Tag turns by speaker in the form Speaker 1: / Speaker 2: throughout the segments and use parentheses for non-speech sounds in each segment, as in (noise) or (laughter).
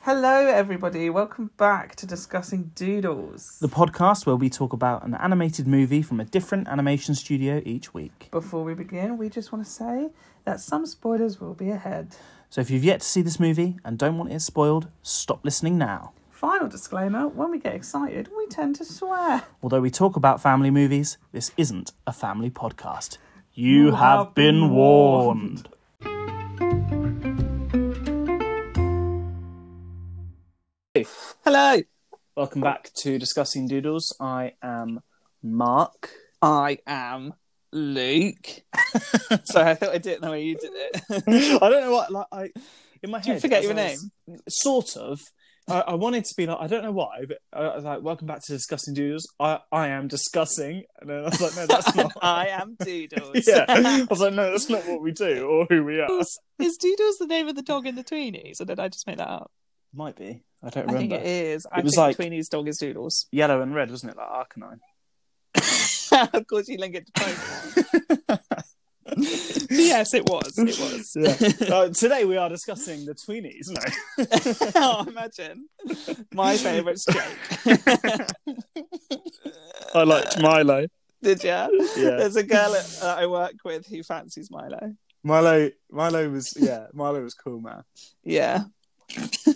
Speaker 1: Hello, everybody. Welcome back to Discussing Doodles.
Speaker 2: The podcast where we talk about an animated movie from a different animation studio each week.
Speaker 1: Before we begin, we just want to say that some spoilers will be ahead.
Speaker 2: So if you've yet to see this movie and don't want it spoiled, stop listening now.
Speaker 1: Final disclaimer when we get excited, we tend to swear.
Speaker 2: Although we talk about family movies, this isn't a family podcast. You, have, been warned.
Speaker 1: Hello,
Speaker 2: Welcome back to Discussing Doodles. I am Mark.
Speaker 1: I am Luke. (laughs) Sorry, I thought I did it the way you did (laughs) it.
Speaker 2: (laughs) I don't know what like I in my head.
Speaker 1: you forget
Speaker 2: as
Speaker 1: your
Speaker 2: I was- Sort of. I, I wanted to be like I don't know why, but I, I was like, "Welcome back to discussing doodles." I I am discussing, and then I was like, "No,
Speaker 1: (laughs)
Speaker 2: that's not."
Speaker 1: I am (laughs) Doodles.
Speaker 2: (laughs) yeah, I was like, "No, that's not what we do or who we are."
Speaker 1: Doodles- Is Doodles the name of the dog in the Tweenies, or did I just make that up?
Speaker 2: Might be. I don't
Speaker 1: I think
Speaker 2: remember.
Speaker 1: it is. I
Speaker 2: was
Speaker 1: think
Speaker 2: like-
Speaker 1: Tweeny's dog is Doodles.
Speaker 2: Yellow and red, wasn't it? Like
Speaker 1: (laughs)
Speaker 2: Arcanine.
Speaker 1: of course, you link it to Pokemon. (laughs) yes, it was. It (laughs) was.
Speaker 2: Yeah. Uh, today we are discussing the tweenies.
Speaker 1: (laughs)
Speaker 2: No.
Speaker 1: oh, imagine. My favourite's Jake.
Speaker 2: I liked Milo.
Speaker 1: Did you?
Speaker 2: Yeah.
Speaker 1: There's a girl at, that I work with who fancies Milo.
Speaker 2: Milo. Milo was yeah. Milo was cool, man.
Speaker 1: Yeah.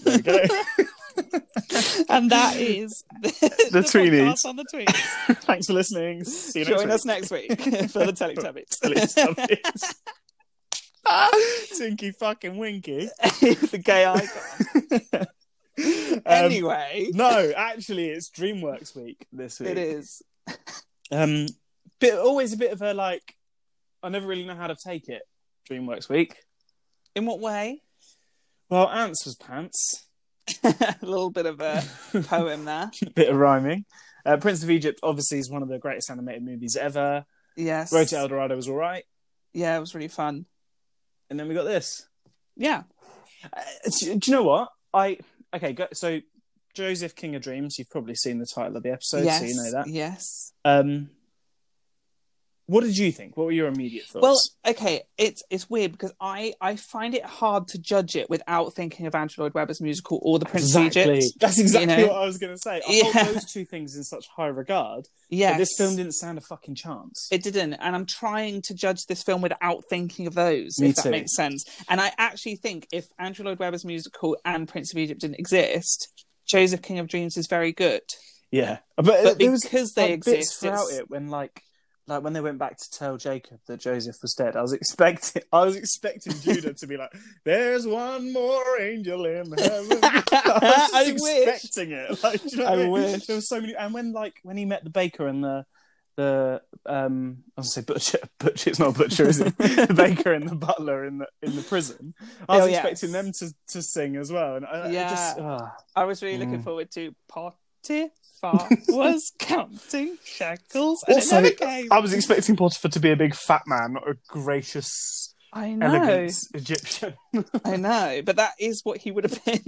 Speaker 2: There
Speaker 1: (laughs)
Speaker 2: we go.
Speaker 1: And that is (laughs) the,
Speaker 2: The Tweenies.
Speaker 1: podcast on the tweets.
Speaker 2: Thanks for listening. See you next
Speaker 1: Join
Speaker 2: week.
Speaker 1: us next
Speaker 2: (laughs)
Speaker 1: week for the Teletubbies. (laughs)
Speaker 2: Teletubbies. Tinky fucking winky.
Speaker 1: the gay icon.
Speaker 2: (laughs) Um,
Speaker 1: anyway,
Speaker 2: No, actually, it's DreamWorks week this week.
Speaker 1: it is.
Speaker 2: Um, bit always a bit of a like. I never really know how to take it. DreamWorks week.
Speaker 1: In what way? (laughs)
Speaker 2: Well, ants was pants. (laughs)
Speaker 1: a little bit of a poem there.
Speaker 2: bit of rhyming. Uh, Prince of Egypt obviously is one of the greatest animated movies ever.
Speaker 1: Yes.
Speaker 2: Road to El Dorado was all right,
Speaker 1: Yeah, it was really fun.
Speaker 2: and then we got this.
Speaker 1: Yeah.
Speaker 2: Uh, do, do you know what I? Okay, go, so Joseph King of Dreams. You've probably seen the title of the episode,
Speaker 1: yes.
Speaker 2: so you know that.
Speaker 1: Yes.
Speaker 2: Um, what did you think? What were your immediate thoughts?
Speaker 1: Well, okay, it's it's weird because I I find it hard to judge it without thinking of Andrew Lloyd Webber's musical or The Prince of
Speaker 2: exactly.
Speaker 1: Egypt.
Speaker 2: That's exactly
Speaker 1: know?
Speaker 2: what I was going to say. I
Speaker 1: Yeah.
Speaker 2: hold those two things in such high regard.
Speaker 1: Yeah,
Speaker 2: But this film didn't stand a fucking chance.
Speaker 1: It didn't, and I'm trying to judge this film without thinking of those,
Speaker 2: Me
Speaker 1: if that
Speaker 2: too.
Speaker 1: makes sense. And I actually think if Andrew Lloyd Webber's musical and Prince of Egypt didn't exist, Joseph King of Dreams is very good.
Speaker 2: yeah, but,
Speaker 1: But
Speaker 2: Uh, there was
Speaker 1: because they
Speaker 2: like, bits
Speaker 1: exist,
Speaker 2: throughout
Speaker 1: it's-
Speaker 2: it (laughs) when like. Like when they went back to tell Jacob that Joseph was dead, I was expecting I was expecting Judah to be like, "There's one more angel in heaven."
Speaker 1: (laughs)
Speaker 2: I
Speaker 1: (laughs) I
Speaker 2: was just
Speaker 1: wish.
Speaker 2: expecting it. Like, do you know what
Speaker 1: I
Speaker 2: I, mean?
Speaker 1: wish.
Speaker 2: there was so many. And when like when he met the baker and the the um, I was gonna say butcher, (laughs) butcher. It's not butcher, is (laughs) it? the baker and the butler in the in the prison. I was
Speaker 1: Oh, yes.
Speaker 2: expecting them to to sing as well, and I, yeah. just
Speaker 1: Yeah.
Speaker 2: ah.
Speaker 1: I was really looking
Speaker 2: Mm.
Speaker 1: forward to
Speaker 2: (laughs)
Speaker 1: Potiphar was counting shackles, and
Speaker 2: Also,
Speaker 1: it never came.
Speaker 2: I was expecting Potiphar to be a big fat man, not a gracious,
Speaker 1: I know.
Speaker 2: elegant Egyptian.
Speaker 1: I know, but that is what he would have been.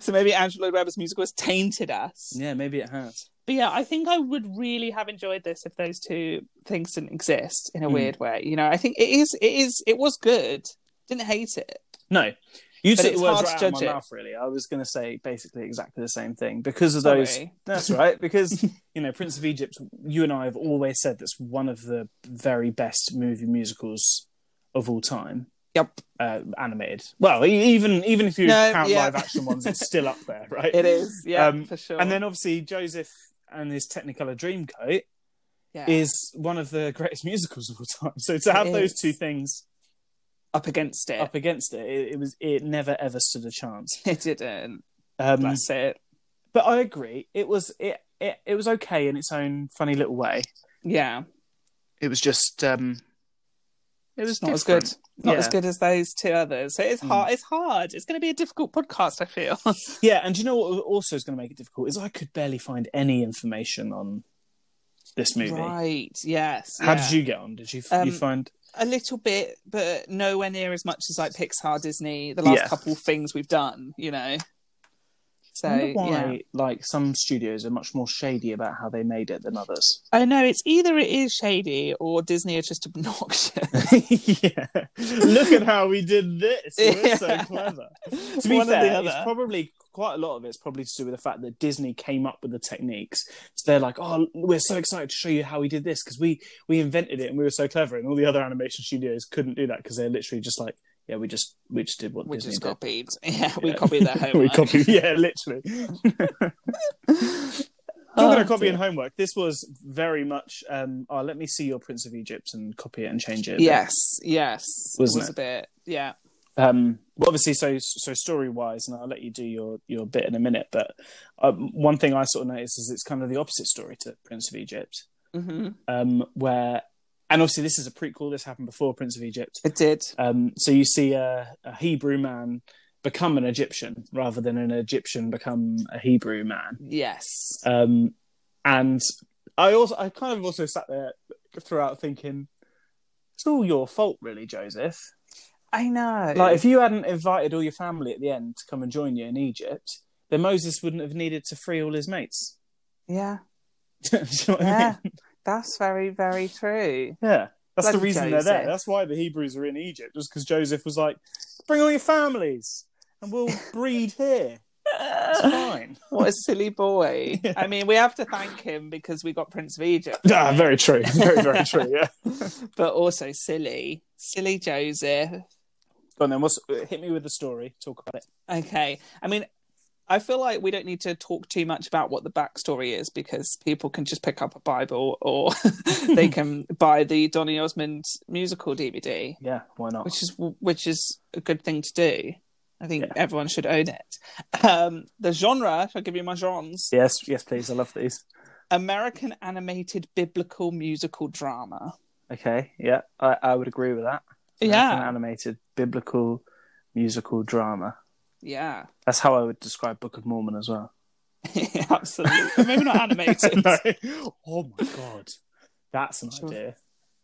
Speaker 1: (laughs) so maybe Andrew Lloyd Webber's music was tainted us.
Speaker 2: Yeah, maybe it has.
Speaker 1: But yeah, I think I would really have enjoyed this if those two things didn't exist in a
Speaker 2: Mm.
Speaker 1: weird way. You know, I think it is, it is, it was good. Didn't hate it.
Speaker 2: No, you
Speaker 1: But
Speaker 2: took
Speaker 1: it's
Speaker 2: the words
Speaker 1: hard
Speaker 2: right out
Speaker 1: to
Speaker 2: of my
Speaker 1: judge it.
Speaker 2: mouth. Really, I was going to say basically exactly the same thing because of those.
Speaker 1: Sorry.
Speaker 2: That's
Speaker 1: (laughs)
Speaker 2: right. Because you know, Prince of Egypt. You and I have always said that's one of the very best movie musicals of all time.
Speaker 1: Yep.
Speaker 2: Uh, animated. Well, e- even even if you
Speaker 1: No,
Speaker 2: count
Speaker 1: yeah.
Speaker 2: live action ones, it's still up there,
Speaker 1: (laughs)
Speaker 2: right?
Speaker 1: It is, yeah,
Speaker 2: Um,
Speaker 1: for sure.
Speaker 2: And then obviously Joseph and his Technicolor Dreamcoat
Speaker 1: yeah.
Speaker 2: is one of the greatest (laughs) musicals of all time. So to have
Speaker 1: It
Speaker 2: those
Speaker 1: is.
Speaker 2: two things
Speaker 1: up against it.
Speaker 2: up against it, it, it was it never ever stood a chance.
Speaker 1: (laughs) it didn't.
Speaker 2: Um,
Speaker 1: That's it.
Speaker 2: but I agree, it was it, it it was okay in its own funny little way.
Speaker 1: Yeah,
Speaker 2: It was just um, it was
Speaker 1: not as good. Not as good as those two others. So it's hard. It's hard. It's going to be a difficult podcast. I feel.
Speaker 2: Yeah, and do you know what also is going to make it difficult is I could barely find any information on this
Speaker 1: (laughs)
Speaker 2: movie.
Speaker 1: right. Yes.
Speaker 2: How
Speaker 1: yeah.
Speaker 2: did you get on? Did you
Speaker 1: Um,
Speaker 2: you find
Speaker 1: a little bit, but nowhere near as much as like Pixar, Disney, the last
Speaker 2: Yeah.
Speaker 1: couple things we've done, you know. So
Speaker 2: I wonder why
Speaker 1: yeah,
Speaker 2: like some studios are much more shady about how they made it
Speaker 1: (laughs)
Speaker 2: than others. (laughs)
Speaker 1: I know it's either it is shady or Disney are just (laughs) obnoxious.
Speaker 2: yeah. Look at how we did this. We're so
Speaker 1: Yeah.
Speaker 2: clever. To be
Speaker 1: One or the
Speaker 2: fair,
Speaker 1: other.
Speaker 2: it's probably quite a lot of it's probably to do with the fact that Disney came up with the techniques. So they're like, "Oh, we're so excited to show you how we did this because we we invented it and we were so clever." And all the other animation studios couldn't do that because they're literally just like, "Yeah, we just we just did what
Speaker 1: we
Speaker 2: Disney
Speaker 1: just
Speaker 2: did."
Speaker 1: copied. (laughs) Yeah, we
Speaker 2: Yeah.
Speaker 1: copied their
Speaker 2: (laughs) we
Speaker 1: homework.
Speaker 2: copied,
Speaker 1: (laughs)
Speaker 2: yeah, literally. Talking about copying
Speaker 1: Oh, dear.
Speaker 2: homework, this was very much. Um, oh, let me see your Prince of Egypt and copy it and change it. a bit.
Speaker 1: Yes, yes, it
Speaker 2: Wasn't
Speaker 1: was
Speaker 2: it?
Speaker 1: a bit. Yeah,
Speaker 2: Um, well, obviously, so so story wise, and I'll let you do your your bit in a minute. But um, one thing I sort of noticed is it's kind of the opposite story to Prince of Egypt,
Speaker 1: hmm
Speaker 2: um, where, and obviously this is a prequel. This happened before Prince of Egypt.
Speaker 1: it did.
Speaker 2: Um, so you see a, a Hebrew man become an Egyptian rather than an Egyptian become a Hebrew man.
Speaker 1: Yes,
Speaker 2: Um, and I also I kind of also sat there throughout thinking, it's all your fault, really, Joseph.
Speaker 1: I know.
Speaker 2: Like, if you hadn't invited all your family at the end to come and join you in Egypt, then Moses wouldn't have needed to free all his mates. (laughs)
Speaker 1: yeah,
Speaker 2: Do you know what I mean?
Speaker 1: yeah, that's very, very (laughs) true.
Speaker 2: Yeah. That's the
Speaker 1: Bloody
Speaker 2: reason they're there.
Speaker 1: Joseph.
Speaker 2: That's why the Hebrews are in Egypt, just because Joseph was like, bring all your families and (laughs) we'll breed here. It's (laughs) fine.
Speaker 1: What a silly boy.
Speaker 2: (laughs) Yeah.
Speaker 1: I mean, we have to thank him because we got Prince of Egypt,
Speaker 2: (laughs) ah, very true. Very, very true. Yeah.
Speaker 1: but also silly. Silly Joseph.
Speaker 2: Go on then. What's, uh, hit me with the story. Talk about it.
Speaker 1: Okay. I mean, I feel like we don't need to talk too much about what the backstory is because people can just pick up a Bible or (laughs) they can
Speaker 2: (laughs)
Speaker 1: buy the Donny Osmond musical DVD
Speaker 2: Yeah. Why not?
Speaker 1: which is which is a good thing to do. I think
Speaker 2: Yeah.
Speaker 1: everyone should own it. Um, the genre, I'll give you my genres:
Speaker 2: Yes. Yes, please. I love these.
Speaker 1: American animated biblical musical drama.
Speaker 2: Okay. Yeah. I, I would agree with that. American
Speaker 1: yeah,
Speaker 2: Animated biblical musical drama.
Speaker 1: yeah,
Speaker 2: That's how I would describe Book of Mormon as well.
Speaker 1: (laughs) absolutely. Maybe not
Speaker 2: (laughs)
Speaker 1: animated.
Speaker 2: Oh my god, that's an
Speaker 1: Sure.
Speaker 2: idea.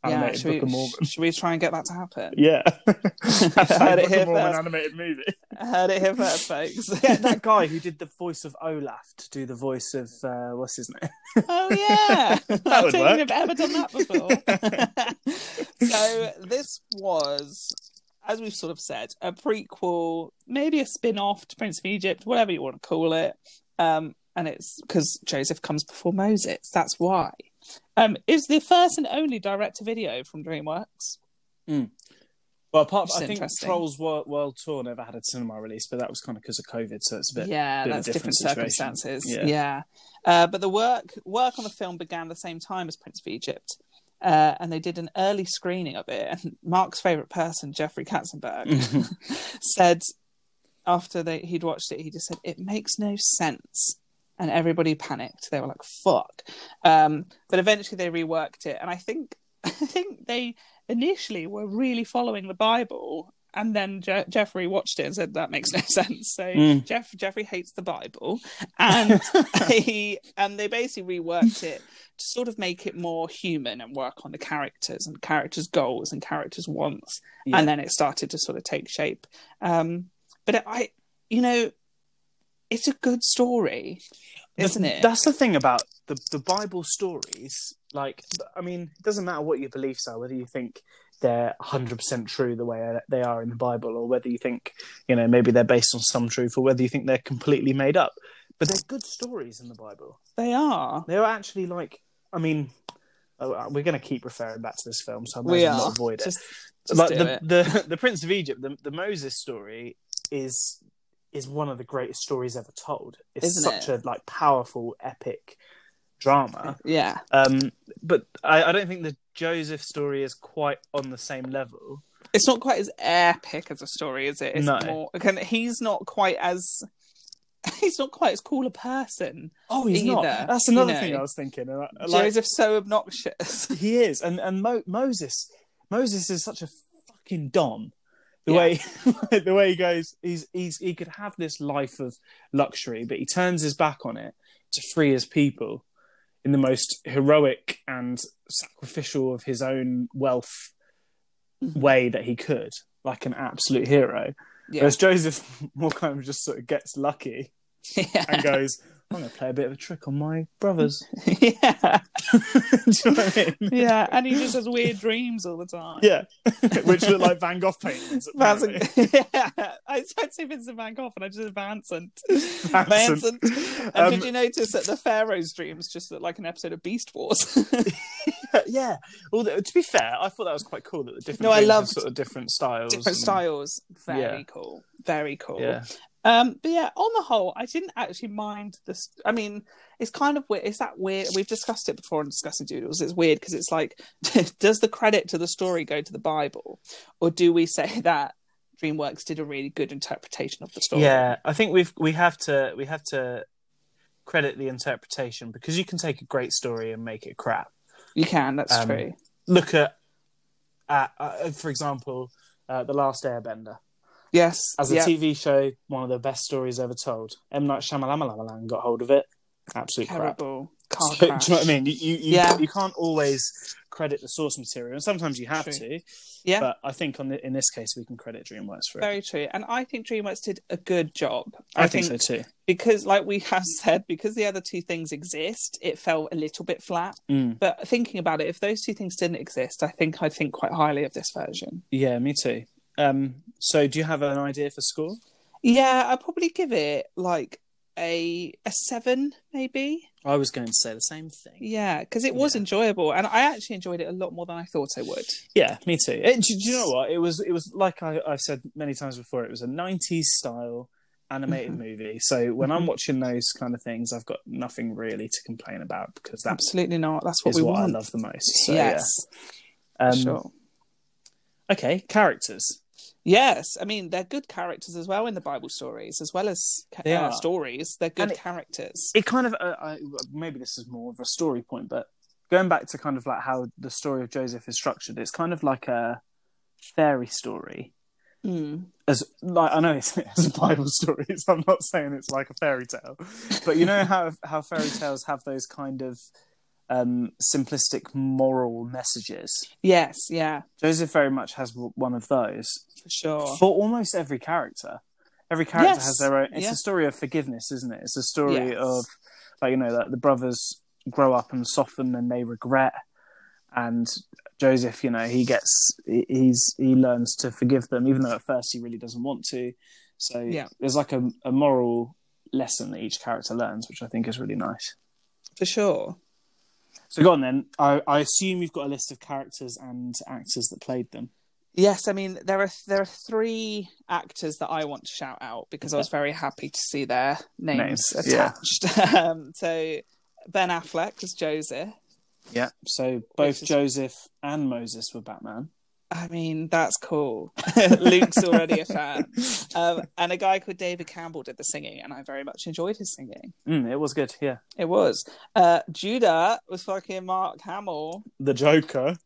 Speaker 1: Yeah,
Speaker 2: Animated
Speaker 1: should
Speaker 2: Book of
Speaker 1: we,
Speaker 2: Mormon.
Speaker 1: should we try and get that to happen?
Speaker 2: (laughs) Yeah,
Speaker 1: heard it
Speaker 2: Book
Speaker 1: here
Speaker 2: of Mormon
Speaker 1: first.
Speaker 2: animated (laughs) movie.
Speaker 1: (laughs) I heard it here first, folks. (laughs)
Speaker 2: Get that guy who did the voice of Olaf to do the voice of uh, what's his name?
Speaker 1: Oh
Speaker 2: (laughs)
Speaker 1: yeah, I don't
Speaker 2: would
Speaker 1: think
Speaker 2: work.
Speaker 1: I've ever done that
Speaker 2: (laughs)
Speaker 1: before. (laughs) so this was, as we've sort of said, a prequel, maybe a spin-off to Prince of Egypt, whatever you want to call it. Um, and it's because Joseph comes before Moses. That's why. Um, is the first and only direct-to-video from DreamWorks.
Speaker 2: Well, apart
Speaker 1: Which is
Speaker 2: I think
Speaker 1: interesting.
Speaker 2: Trolls World, World Tour never had a cinema release, but that was kind of because of COVID, so it's a bit.
Speaker 1: yeah,
Speaker 2: bit of a
Speaker 1: that's
Speaker 2: different
Speaker 1: different,
Speaker 2: situation.
Speaker 1: circumstances.
Speaker 2: Yeah.
Speaker 1: Yeah. Uh, but the work work on the film began the same time as Prince of Egypt. Uh, and they did an early screening of it. And Mark's favourite person, Jeffrey
Speaker 2: Mm.
Speaker 1: Katzenberg, said after they, he'd watched it, he just said, It makes no sense. And everybody panicked. They were like, fuck. Um, but eventually they reworked it. And I think, (laughs) I think they initially were really following the Bible. And then Je- Jeffrey watched it and said, That makes no (laughs) sense. So
Speaker 2: (laughs) Mm.
Speaker 1: Jeff Jeffrey hates the Bible. And
Speaker 2: (laughs)
Speaker 1: he and they basically reworked it to sort of make it more human and work on the characters and characters' goals and characters' wants.
Speaker 2: Yeah.
Speaker 1: And then it started to sort of take shape. Um, but I, you know, it's a good story, isn't it?
Speaker 2: That's the thing about the the Bible stories. Like, I mean, it doesn't matter what your beliefs are, whether you think they're 100% true the way they are in the Bible, or whether you think, you know, maybe they're based on some truth, or whether you think they're completely made up. But they're good stories in the Bible.
Speaker 1: they are.
Speaker 2: They're actually like, I mean, oh, we're going to keep referring back to this film, so I might
Speaker 1: We
Speaker 2: as well
Speaker 1: are.
Speaker 2: not avoid it
Speaker 1: Just, just
Speaker 2: like
Speaker 1: do
Speaker 2: the,
Speaker 1: it.
Speaker 2: (laughs) the the Prince of Egypt, the, the Moses story is is one of the greatest stories ever told. It's
Speaker 1: Isn't
Speaker 2: such a like powerful, epic drama.
Speaker 1: Yeah.
Speaker 2: Um, but I, I don't think the Joseph story is quite on the same level.
Speaker 1: It's not quite as epic as a story, is it? It's
Speaker 2: No.
Speaker 1: more, can, he's not quite as. (laughs) He's not quite as cool a person.
Speaker 2: Oh,
Speaker 1: he's not.
Speaker 2: That's another
Speaker 1: you
Speaker 2: thing
Speaker 1: know.
Speaker 2: I was thinking. and I- I like-
Speaker 1: Joseph's so obnoxious.
Speaker 2: he is, and and Mo- Moses, Moses is such a fucking don. The
Speaker 1: Yeah.
Speaker 2: way (laughs) the way he goes, he's he's he could have this life of luxury, but he turns his back on it to free his people in the most heroic and sacrificial of his own wealth
Speaker 1: Mhm.
Speaker 2: way that he could, like an absolute hero.
Speaker 1: (laughs) Yeah.
Speaker 2: (laughs) Whereas Joseph more kind of just sort of gets lucky and
Speaker 1: (laughs) yeah.
Speaker 2: goes, I'm going to play a bit of a trick on my
Speaker 1: (laughs)
Speaker 2: brothers. (laughs)
Speaker 1: yeah.
Speaker 2: Do you know what I mean?
Speaker 1: Yeah. And he just has weird dreams all the time.
Speaker 2: Yeah. (laughs) Which look like Van Gogh paintings.
Speaker 1: (laughs) That's
Speaker 2: apparently.
Speaker 1: a, (laughs) yeah. I tried to say Vincent Van Gogh and I just said Vincent.
Speaker 2: (laughs)
Speaker 1: Vincent. And
Speaker 2: Um,
Speaker 1: did you notice that the Pharaoh's dreams just look like an episode of Beast Wars? (laughs)
Speaker 2: (laughs) yeah. Although, to be fair, I thought that was quite cool that the different
Speaker 1: No, I
Speaker 2: games have
Speaker 1: loved
Speaker 2: sort of different styles.
Speaker 1: Different
Speaker 2: and-
Speaker 1: styles. Very
Speaker 2: Yeah.
Speaker 1: cool. Very cool.
Speaker 2: Yeah.
Speaker 1: Um, but yeah, on the whole, I didn't actually mind this. I mean, it's kind of weird. It's that weird. We've discussed it before in discussing doodles. It's weird because it's like, (laughs) does the credit to the story go to the Bible, or do we say (laughs) that DreamWorks did a really good interpretation of the story?
Speaker 2: Yeah, I think we've we have to we have to credit the interpretation because you can take a great story and make it crap.
Speaker 1: you can. That's
Speaker 2: Um,
Speaker 1: true.
Speaker 2: Look at, at uh, for example, uh, the Last Airbender
Speaker 1: Yes.
Speaker 2: as a
Speaker 1: yeah.
Speaker 2: TV show, one of the best stories ever told. M Night Shyamalan got hold of it. Absolute crap.
Speaker 1: terrible car
Speaker 2: So, (laughs) do you
Speaker 1: crash.
Speaker 2: know what I mean? You you, you,
Speaker 1: Yeah.
Speaker 2: you can't always credit the source material, and sometimes you have
Speaker 1: True.
Speaker 2: to.
Speaker 1: Yeah.
Speaker 2: But I think on the, in this case, we can credit DreamWorks for it.
Speaker 1: Very true. And I think DreamWorks did a good job.
Speaker 2: I, think, so too.
Speaker 1: because, like we (laughs) have said, because the other two things exist, it fell a little bit flat.
Speaker 2: Mm.
Speaker 1: But thinking about it, if those two things didn't exist, I think I'd think quite highly of this version.
Speaker 2: Yeah, me too. Um, so, do you have an idea for score?
Speaker 1: Yeah, I'd probably give it like a a seven, maybe.
Speaker 2: I was going to say the same thing.
Speaker 1: Yeah, because it was
Speaker 2: Yeah.
Speaker 1: enjoyable, and I actually enjoyed it a lot more than I thought I would.
Speaker 2: Yeah, me too. It, do, do you know what? It was it was like I, I've said many times before. It was a '90s style animated
Speaker 1: Mhm.
Speaker 2: movie. So when I'm
Speaker 1: Mhm.
Speaker 2: watching those kind of things, I've got nothing really to complain about because that's
Speaker 1: Absolutely not. That's what
Speaker 2: what
Speaker 1: we
Speaker 2: what
Speaker 1: want.
Speaker 2: I love the most. So,
Speaker 1: yes,
Speaker 2: Yeah. Um,
Speaker 1: for sure.
Speaker 2: Okay, characters.
Speaker 1: Yes, I mean they're good characters as well in the Bible stories, as well as ca-
Speaker 2: They
Speaker 1: uh,
Speaker 2: are.
Speaker 1: stories. They're good
Speaker 2: And it-
Speaker 1: characters.
Speaker 2: It kind of uh, I, maybe this is more of a story point, but going back to kind of like how the story of Joseph is structured, it's kind of like a fairy story.
Speaker 1: Mm.
Speaker 2: as like I know it's, (laughs) it's a Bible story, (laughs) so I'm not saying it's like a fairy tale, but you know how how fairy tales have those kind of um, simplistic moral messages.
Speaker 1: Yes, yeah,
Speaker 2: Joseph very much has w- one of those
Speaker 1: for sure.
Speaker 2: for almost every character. Every character
Speaker 1: Yes,
Speaker 2: has their own. It's
Speaker 1: yeah.
Speaker 2: a story of forgiveness, isn't it? It's a story
Speaker 1: Yes.
Speaker 2: of like you know that the brothers grow up and soften and they regret, and Joseph, you know, he gets he- he's he learns to forgive them, even though at first he really doesn't want to. So
Speaker 1: Yeah.
Speaker 2: there's like a, a moral lesson that each character learns, which I think is really nice.
Speaker 1: For sure.
Speaker 2: So go on then. I, I assume you've got a list of characters and actors that played them.
Speaker 1: Yes, I mean there are there are three actors that I want to shout out because I was very happy to see their names,
Speaker 2: Names, yeah.
Speaker 1: attached. (laughs) um, so Ben Affleck as Joseph.
Speaker 2: Yeah. So both
Speaker 1: Which is-
Speaker 2: Joseph and Moses were Batman.
Speaker 1: I mean that's cool. (laughs) Luke's already a
Speaker 2: (laughs)
Speaker 1: fan, um, and a guy called David Campbell did the singing, and I very much enjoyed his singing.
Speaker 2: Mm, it was good, yeah.
Speaker 1: It was uh, Judah was fucking Mark Hamill. (laughs)
Speaker 2: The Joker.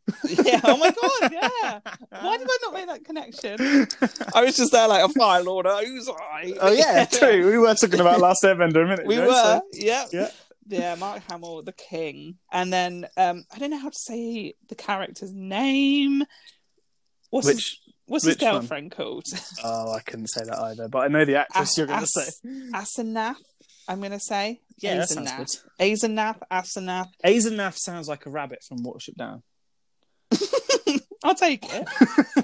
Speaker 1: Yeah. Oh my god. Yeah. Why did I not make that connection? I was just there like a fire lord. Who's I?
Speaker 2: (laughs)
Speaker 1: (laughs)
Speaker 2: oh yeah, true. We were talking about Last Airbender a minute
Speaker 1: We
Speaker 2: ago,
Speaker 1: were.
Speaker 2: so-
Speaker 1: Yeah.
Speaker 2: Yeah.
Speaker 1: Yeah. Mark Hamill, the king, and then um, I don't know how to say the character's name. What's his,
Speaker 2: Which
Speaker 1: what's his
Speaker 2: which one?
Speaker 1: girlfriend called?
Speaker 2: oh, I couldn't say that either, but I know the actress
Speaker 1: As-
Speaker 2: you're going to
Speaker 1: as-
Speaker 2: say.
Speaker 1: Asenath. I'm gonna say.
Speaker 2: Yeah, that sounds
Speaker 1: Asenath. Asenath. Asenath.
Speaker 2: good. Azanath sounds like a rabbit from
Speaker 1: (laughs)
Speaker 2: Watership Down. (laughs)
Speaker 1: I'll take it.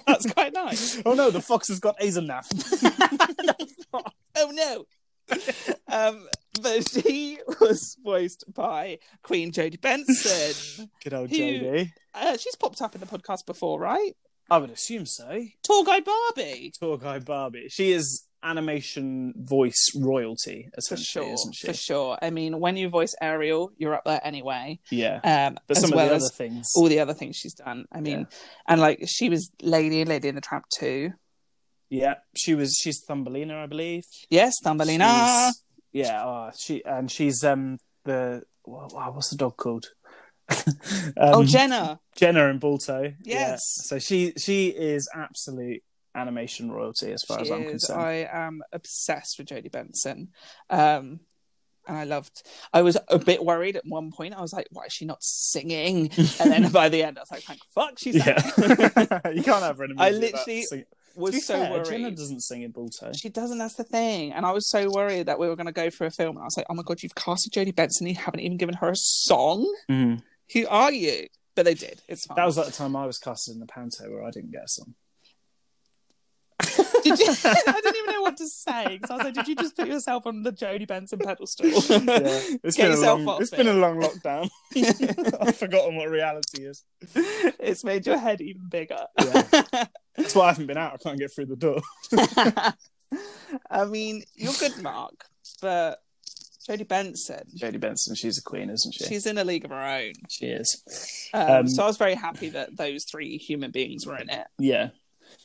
Speaker 1: That's quite nice.
Speaker 2: oh no, the fox has got
Speaker 1: (laughs)
Speaker 2: Azanath.
Speaker 1: oh no.
Speaker 2: (laughs)
Speaker 1: um, but she was voiced by Queen Jodie Benson.
Speaker 2: good old
Speaker 1: Who-
Speaker 2: JD.
Speaker 1: Uh, she's popped up in the podcast before, right?
Speaker 2: I would assume so.
Speaker 1: Tall guy Barbie.
Speaker 2: Tour guide Barbie. She is animation voice royalty,
Speaker 1: For
Speaker 2: essentially,
Speaker 1: sure,
Speaker 2: isn't she?
Speaker 1: for sure. I mean, when you voice Ariel, you're up there anyway.
Speaker 2: Yeah.
Speaker 1: Um,
Speaker 2: But
Speaker 1: as
Speaker 2: some
Speaker 1: well
Speaker 2: of the
Speaker 1: as
Speaker 2: other things.
Speaker 1: all the other things she's done. I mean, and like she was Lady and Lady in the Tramp too.
Speaker 2: Yeah, she was. She's Thumbelina, I believe.
Speaker 1: Yes, Thumbelina.
Speaker 2: She's- yeah, oh, she and she's um the wha- wha- what's the dog called? (laughs) um,
Speaker 1: oh, Jenna.
Speaker 2: Jenna and Balto. Yeah.
Speaker 1: Yes.
Speaker 2: So she she is absolute animation royalty as far as
Speaker 1: She
Speaker 2: I'm
Speaker 1: is.
Speaker 2: (laughs) concerned.
Speaker 1: I am obsessed with Jodie Benson. Um, and I loved. I was a bit worried at one point. I was like, "Why is she not
Speaker 2: (laughs)
Speaker 1: singing?" And then by the end, I was like, "Thank fuck she's."
Speaker 2: yeah, (laughs)
Speaker 1: Yeah.
Speaker 2: you can't have her in a movie
Speaker 1: I
Speaker 2: without
Speaker 1: literally-
Speaker 2: singing. To be
Speaker 1: was so
Speaker 2: fair,
Speaker 1: worried.
Speaker 2: Jenna doesn't sing in Balto.
Speaker 1: She doesn't. That's the thing. And I was so worried that we were going to go for a film, and I was like, "Oh my god, you've casted Jodie Benson, and you haven't even given her a song. Who are you?" But they did. It's fine.
Speaker 2: That was at the time I was casted in the Panto where I didn't get a song.
Speaker 1: (laughs) Did you? (laughs) I didn't even know what to say because I was like, "Did you just put yourself on the Jodie Benson
Speaker 2: (laughs)
Speaker 1: pedestal?"
Speaker 2: it's
Speaker 1: Get
Speaker 2: been a
Speaker 1: yourself
Speaker 2: long,
Speaker 1: off
Speaker 2: it's
Speaker 1: it.
Speaker 2: been a long lockdown. (laughs) I've forgotten what reality is.
Speaker 1: (laughs) it's made your head even bigger.
Speaker 2: That's why I haven't been out. I can't get through the door.
Speaker 1: (laughs) I mean, you're good, Mark, but Jodie Benson,
Speaker 2: Jodie Benson, she's a queen, isn't she?
Speaker 1: she's in a league of her own.
Speaker 2: she is.
Speaker 1: Um,
Speaker 2: Um,
Speaker 1: so I was very happy that those three human beings were in it.
Speaker 2: Yeah.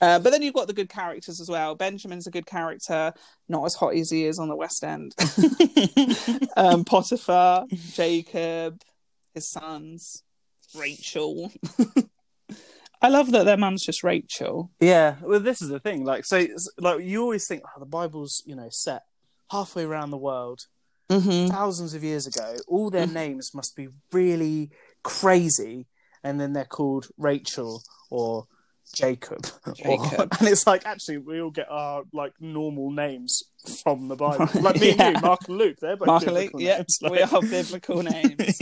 Speaker 1: Uh, but then you've got the good characters as well. Benjamin's a good character, not as hot as he is on the West End. um, Potiphar, Jacob, his sons, Rachel. (laughs) I love that their mum's just Rachel.
Speaker 2: Yeah. Well, this is the thing. Like, so, it's- like, you always think, oh, the Bible's, you know, set halfway around the world,
Speaker 1: Mm-hmm.
Speaker 2: thousands of years ago. All their names must be really crazy, and then they're called Rachel or Jacob. or-
Speaker 1: Jacob.
Speaker 2: (laughs) and it's like, actually, we all get our like normal names from the (laughs) Bible. Like me and
Speaker 1: Yeah.
Speaker 2: you, Mark and Luke, they're both
Speaker 1: Mark and
Speaker 2: biblical
Speaker 1: Luke, yeah,
Speaker 2: names. (laughs)
Speaker 1: we are biblical names.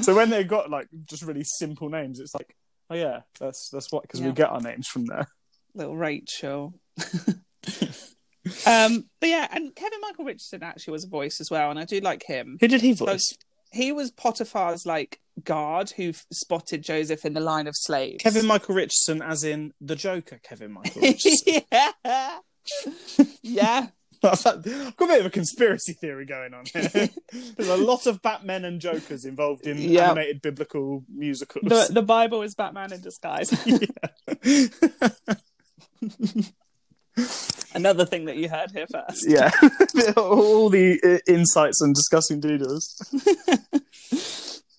Speaker 2: So when they've got like just really simple names, it's like, oh yeah, that's that's what because
Speaker 1: Yeah.
Speaker 2: we get our names from there.
Speaker 1: little Rachel. (laughs) um, but yeah, and Kevin Michael Richardson actually was a voice as well, and I do like him.
Speaker 2: Who did he
Speaker 1: voice? He was Potiphar's like guard who f- spotted Joseph in the line of slaves. (laughs)
Speaker 2: Kevin Michael Richardson, as in the Joker, Kevin Michael Richardson.
Speaker 1: yeah, yeah.
Speaker 2: That's like, (laughs) I've got a bit of a conspiracy theory going on here. (laughs) There's a lot of Batmen and Jokers involved in
Speaker 1: Yeah.
Speaker 2: animated biblical musicals.
Speaker 1: (laughs) The the Bible is Batman in disguise. (laughs) Another thing that you heard here first.
Speaker 2: (laughs)
Speaker 1: (laughs)
Speaker 2: yeah, (laughs) all the uh, insights and discussing doodles.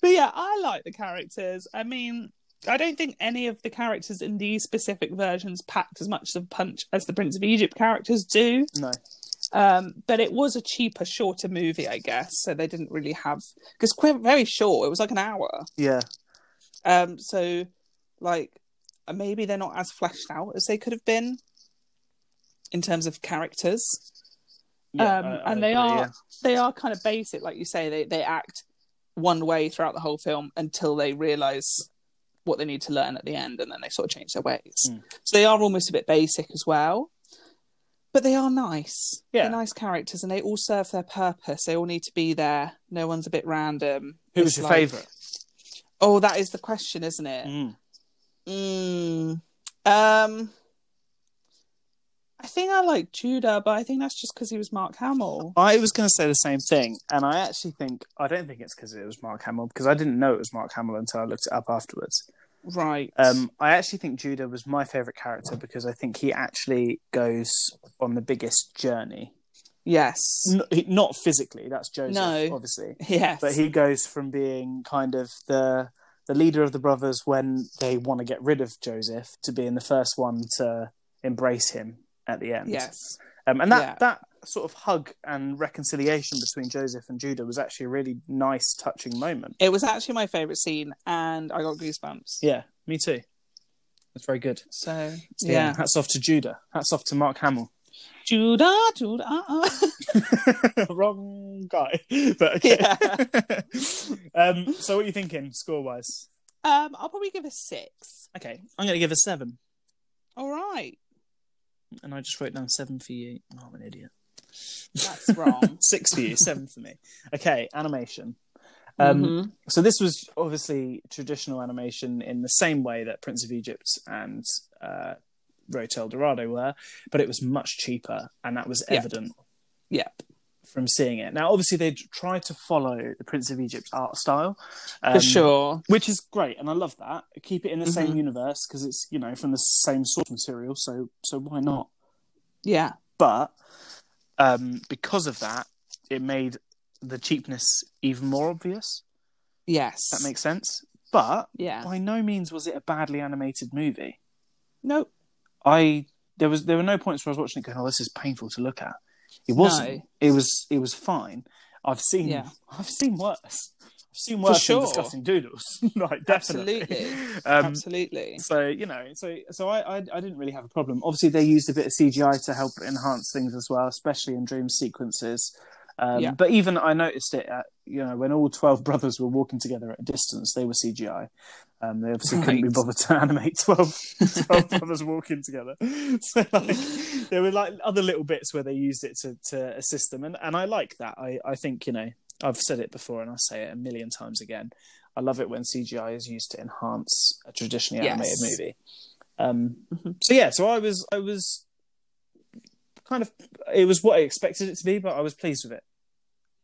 Speaker 1: But yeah, I like the characters. I mean, I don't think any of the characters in these specific versions packed as much of punch as the Prince of Egypt characters do.
Speaker 2: No,
Speaker 1: Um, but it was a cheaper, shorter movie, I guess. So they didn't really have because quite very short. It was like an hour.
Speaker 2: yeah,
Speaker 1: Um, so like maybe they're not as fleshed out as they could have been in terms of characters
Speaker 2: Yeah,
Speaker 1: um,
Speaker 2: I- I
Speaker 1: and they
Speaker 2: agree,
Speaker 1: are
Speaker 2: yeah.
Speaker 1: they are kind of basic, like you say. They they act one way throughout the whole film until they realize what they need to learn at the end, and then they sort of change their ways.
Speaker 2: Mm.
Speaker 1: So they are almost a bit basic as well, but they are nice.
Speaker 2: Yeah.
Speaker 1: They're nice characters, and they all serve their purpose. They all need to be there. No one's a bit random.
Speaker 2: Who
Speaker 1: It's
Speaker 2: was your
Speaker 1: like-
Speaker 2: favourite?
Speaker 1: Oh, that is the question, isn't it?
Speaker 2: Mm.
Speaker 1: Mm. Um. I think I like Judah, but I think that's just because he was Mark Hamill.
Speaker 2: I was going to say the same thing, and I actually think I don't think it's because it was Mark Hamill because I didn't know it was Mark Hamill until I looked it up afterwards.
Speaker 1: Right.
Speaker 2: Um, I actually think Judah was my favorite character because I think he actually goes on the biggest journey.
Speaker 1: yes.
Speaker 2: (laughs) N- he- not physically, that's Joseph,
Speaker 1: No.
Speaker 2: obviously,
Speaker 1: Yes.
Speaker 2: but he goes from being kind of the the leader of the brothers when they want to get rid of Joseph to being the first one to embrace him at the end.
Speaker 1: yes.
Speaker 2: Um, and that
Speaker 1: Yeah.
Speaker 2: that sort of hug and reconciliation between Joseph and Judah was actually a really nice, touching moment.
Speaker 1: It was actually my favorite scene, and I got goosebumps.
Speaker 2: Yeah, me too. That's very good.
Speaker 1: So
Speaker 2: So,
Speaker 1: yeah.
Speaker 2: Hats off to Judah. Hats off to Mark Hamill. (laughs)
Speaker 1: Judah, Judah. uh-uh.
Speaker 2: Wrong guy, (laughs) but okay.
Speaker 1: Yeah.
Speaker 2: (laughs) um, so, what are you thinking score wise?
Speaker 1: (laughs) um, I'll probably give a six.
Speaker 2: Okay, I'm going to give a seven,
Speaker 1: All right,
Speaker 2: and I just wrote down seven for you. Oh, I'm an idiot.
Speaker 1: that's wrong.
Speaker 2: Six for you, seven for me. Okay, (laughs) animation. (laughs) Um,
Speaker 1: Mhm.
Speaker 2: So this was obviously traditional animation in the same way that Prince of Egypt and uh, Road to El Dorado were, but it was much cheaper, and that was
Speaker 1: Yeah.
Speaker 2: evident
Speaker 1: Yep.
Speaker 2: from seeing it. Now, obviously, they tried to follow the Prince of Egypt's art style,
Speaker 1: for
Speaker 2: um,
Speaker 1: sure.
Speaker 2: which is great, and I love that. Keep it in the same
Speaker 1: Mhm.
Speaker 2: universe because it's you know from the same source material, so so why not?
Speaker 1: Yeah.
Speaker 2: But um, because of that, it made the cheapness even more obvious.
Speaker 1: Yes.
Speaker 2: That makes sense, but
Speaker 1: yeah.
Speaker 2: by no means was it a badly animated movie.
Speaker 1: Nope.
Speaker 2: I there was there were no points where I was watching it going, "Oh, this is painful to look at." It wasn't.
Speaker 1: No.
Speaker 2: It was it was fine. I've seen
Speaker 1: Yeah.
Speaker 2: I've seen worse. seen worse
Speaker 1: sure.
Speaker 2: than discussing doodles. (laughs) like definitely.
Speaker 1: Absolutely.
Speaker 2: Um,
Speaker 1: Absolutely.
Speaker 2: so you know, so so I, I I didn't really have a problem. Obviously, they used a bit of CGI to help enhance things as well, especially in dream sequences. Um,
Speaker 1: Yeah.
Speaker 2: But even I noticed it, at, you know, when all twelve brothers were walking together at a distance, they were CGI. Um, they obviously couldn't be
Speaker 1: Right.
Speaker 2: bothered to (laughs) animate 12, 12 brothers walking together. (laughs) So like, there were like other little bits where they used it to to assist them, and and I like that. I I think you know I've said it before, and I say it a million times again. I love it when CGI is used to enhance a traditionally
Speaker 1: Yes.
Speaker 2: animated movie. Um,
Speaker 1: Mhm.
Speaker 2: so yeah, so I was, I was kind of, it was what I expected it to be, but I was pleased with it.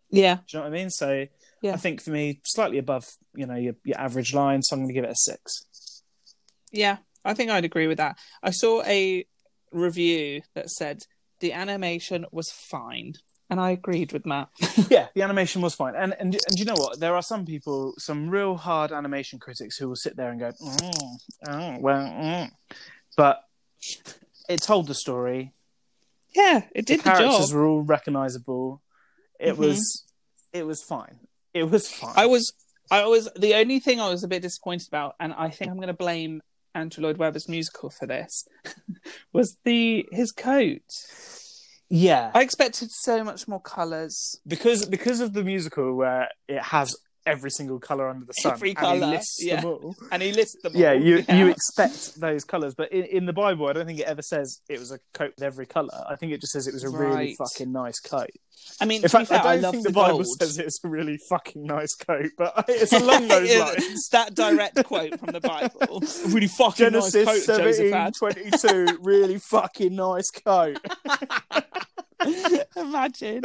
Speaker 1: Yeah.
Speaker 2: Do you know what I mean? So
Speaker 1: Yeah.
Speaker 2: I think for me, slightly above, you know, your, your average line. So I'm going to give it a six. (laughs)
Speaker 1: Yeah. I think I'd agree with that. I saw a review that said the animation was fine. And I agreed with Matt.
Speaker 2: yeah, the animation was fine. And, and and you know what? There are some people, some real hard animation critics who will sit there and go, mm, oh, well, mm. but it told the story.
Speaker 1: Yeah, it did the,
Speaker 2: characters
Speaker 1: job.
Speaker 2: were all recognizable. It
Speaker 1: Mhm.
Speaker 2: was it was fine. It was fine.
Speaker 1: I was I was the only thing I was a bit disappointed about, and I think I'm gonna blame Andrew Lloyd Webber's musical for this (laughs) was the his coat.
Speaker 2: yeah,
Speaker 1: I expected so much more colours.
Speaker 2: because because of the musical where it has every single color under the sun.
Speaker 1: Every
Speaker 2: and he
Speaker 1: colour,
Speaker 2: lists them
Speaker 1: yeah.
Speaker 2: all.
Speaker 1: And he lists them
Speaker 2: Yeah,
Speaker 1: all. (laughs)
Speaker 2: you you expect those colors, but in, in the Bible, I don't think it ever says it was a coat with every color. I think it just says it was a really
Speaker 1: Right.
Speaker 2: fucking nice coat.
Speaker 1: I mean, to
Speaker 2: In
Speaker 1: be
Speaker 2: fact,
Speaker 1: fair,
Speaker 2: I
Speaker 1: I
Speaker 2: don't
Speaker 1: love
Speaker 2: think
Speaker 1: the,
Speaker 2: the, Bible
Speaker 1: gold.
Speaker 2: says it's a really fucking nice coat, but (laughs)
Speaker 1: (laughs)
Speaker 2: it's along those
Speaker 1: Yeah,
Speaker 2: lines.
Speaker 1: That direct quote from the
Speaker 2: (laughs)
Speaker 1: Bible. Really fucking
Speaker 2: Genesis
Speaker 1: nice coat,
Speaker 2: seventeen
Speaker 1: Joseph
Speaker 2: twenty two,
Speaker 1: (laughs)
Speaker 2: really fucking nice coat. (laughs)
Speaker 1: had. Imagine.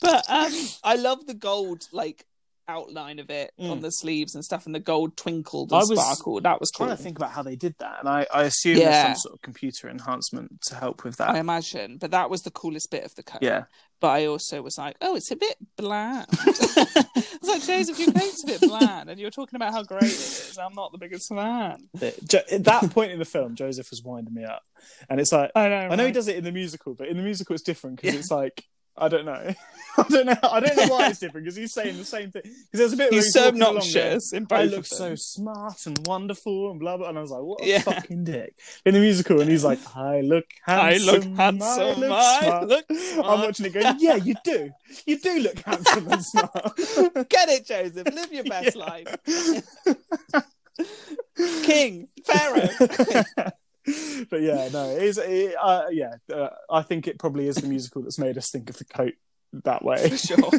Speaker 1: But um, I love the gold like outline of it
Speaker 2: Mm.
Speaker 1: on the sleeves and stuff, and the gold twinkled
Speaker 2: I
Speaker 1: and
Speaker 2: was
Speaker 1: sparkled. That was
Speaker 2: trying
Speaker 1: cool.
Speaker 2: to think about how they did that, and I, I assume there's
Speaker 1: Yeah.
Speaker 2: some sort of computer enhancement to help with that.
Speaker 1: I imagine, but that was the coolest bit of the coat.
Speaker 2: yeah,
Speaker 1: But I also was like, oh, it's a bit bland.
Speaker 2: (laughs)
Speaker 1: (laughs) it's like, Joseph, your coat's a bit bland, and you're talking about how great it is. I'm not the biggest fan.
Speaker 2: Jo- at that (laughs) point in the film, Joseph was winding me up, and it's like
Speaker 1: I know.
Speaker 2: I know he
Speaker 1: right?
Speaker 2: does it in the musical, but in the musical it's different because
Speaker 1: Yeah.
Speaker 2: it's like I don't know, (laughs) I don't know, I don't know why it's different because he's saying the same thing. Because there's a bit where
Speaker 1: He's so
Speaker 2: walking along there,
Speaker 1: obnoxious in both
Speaker 2: I
Speaker 1: of
Speaker 2: look
Speaker 1: (laughs)
Speaker 2: so
Speaker 1: them.
Speaker 2: smart and wonderful and blah blah. And I was like, what a
Speaker 1: Yeah.
Speaker 2: fucking dick in the musical. And he's like, I look handsome. I look smart. I'm watching it going, yeah, you do. You do look handsome and smart. (laughs)
Speaker 1: Get it, Joseph. Live your best
Speaker 2: Yeah.
Speaker 1: life. King, Pharaoh.
Speaker 2: but yeah, no, it is. It, uh, yeah, uh, I think it probably is the musical that's made us think of the coat that way.
Speaker 1: For
Speaker 2: (laughs)
Speaker 1: sure.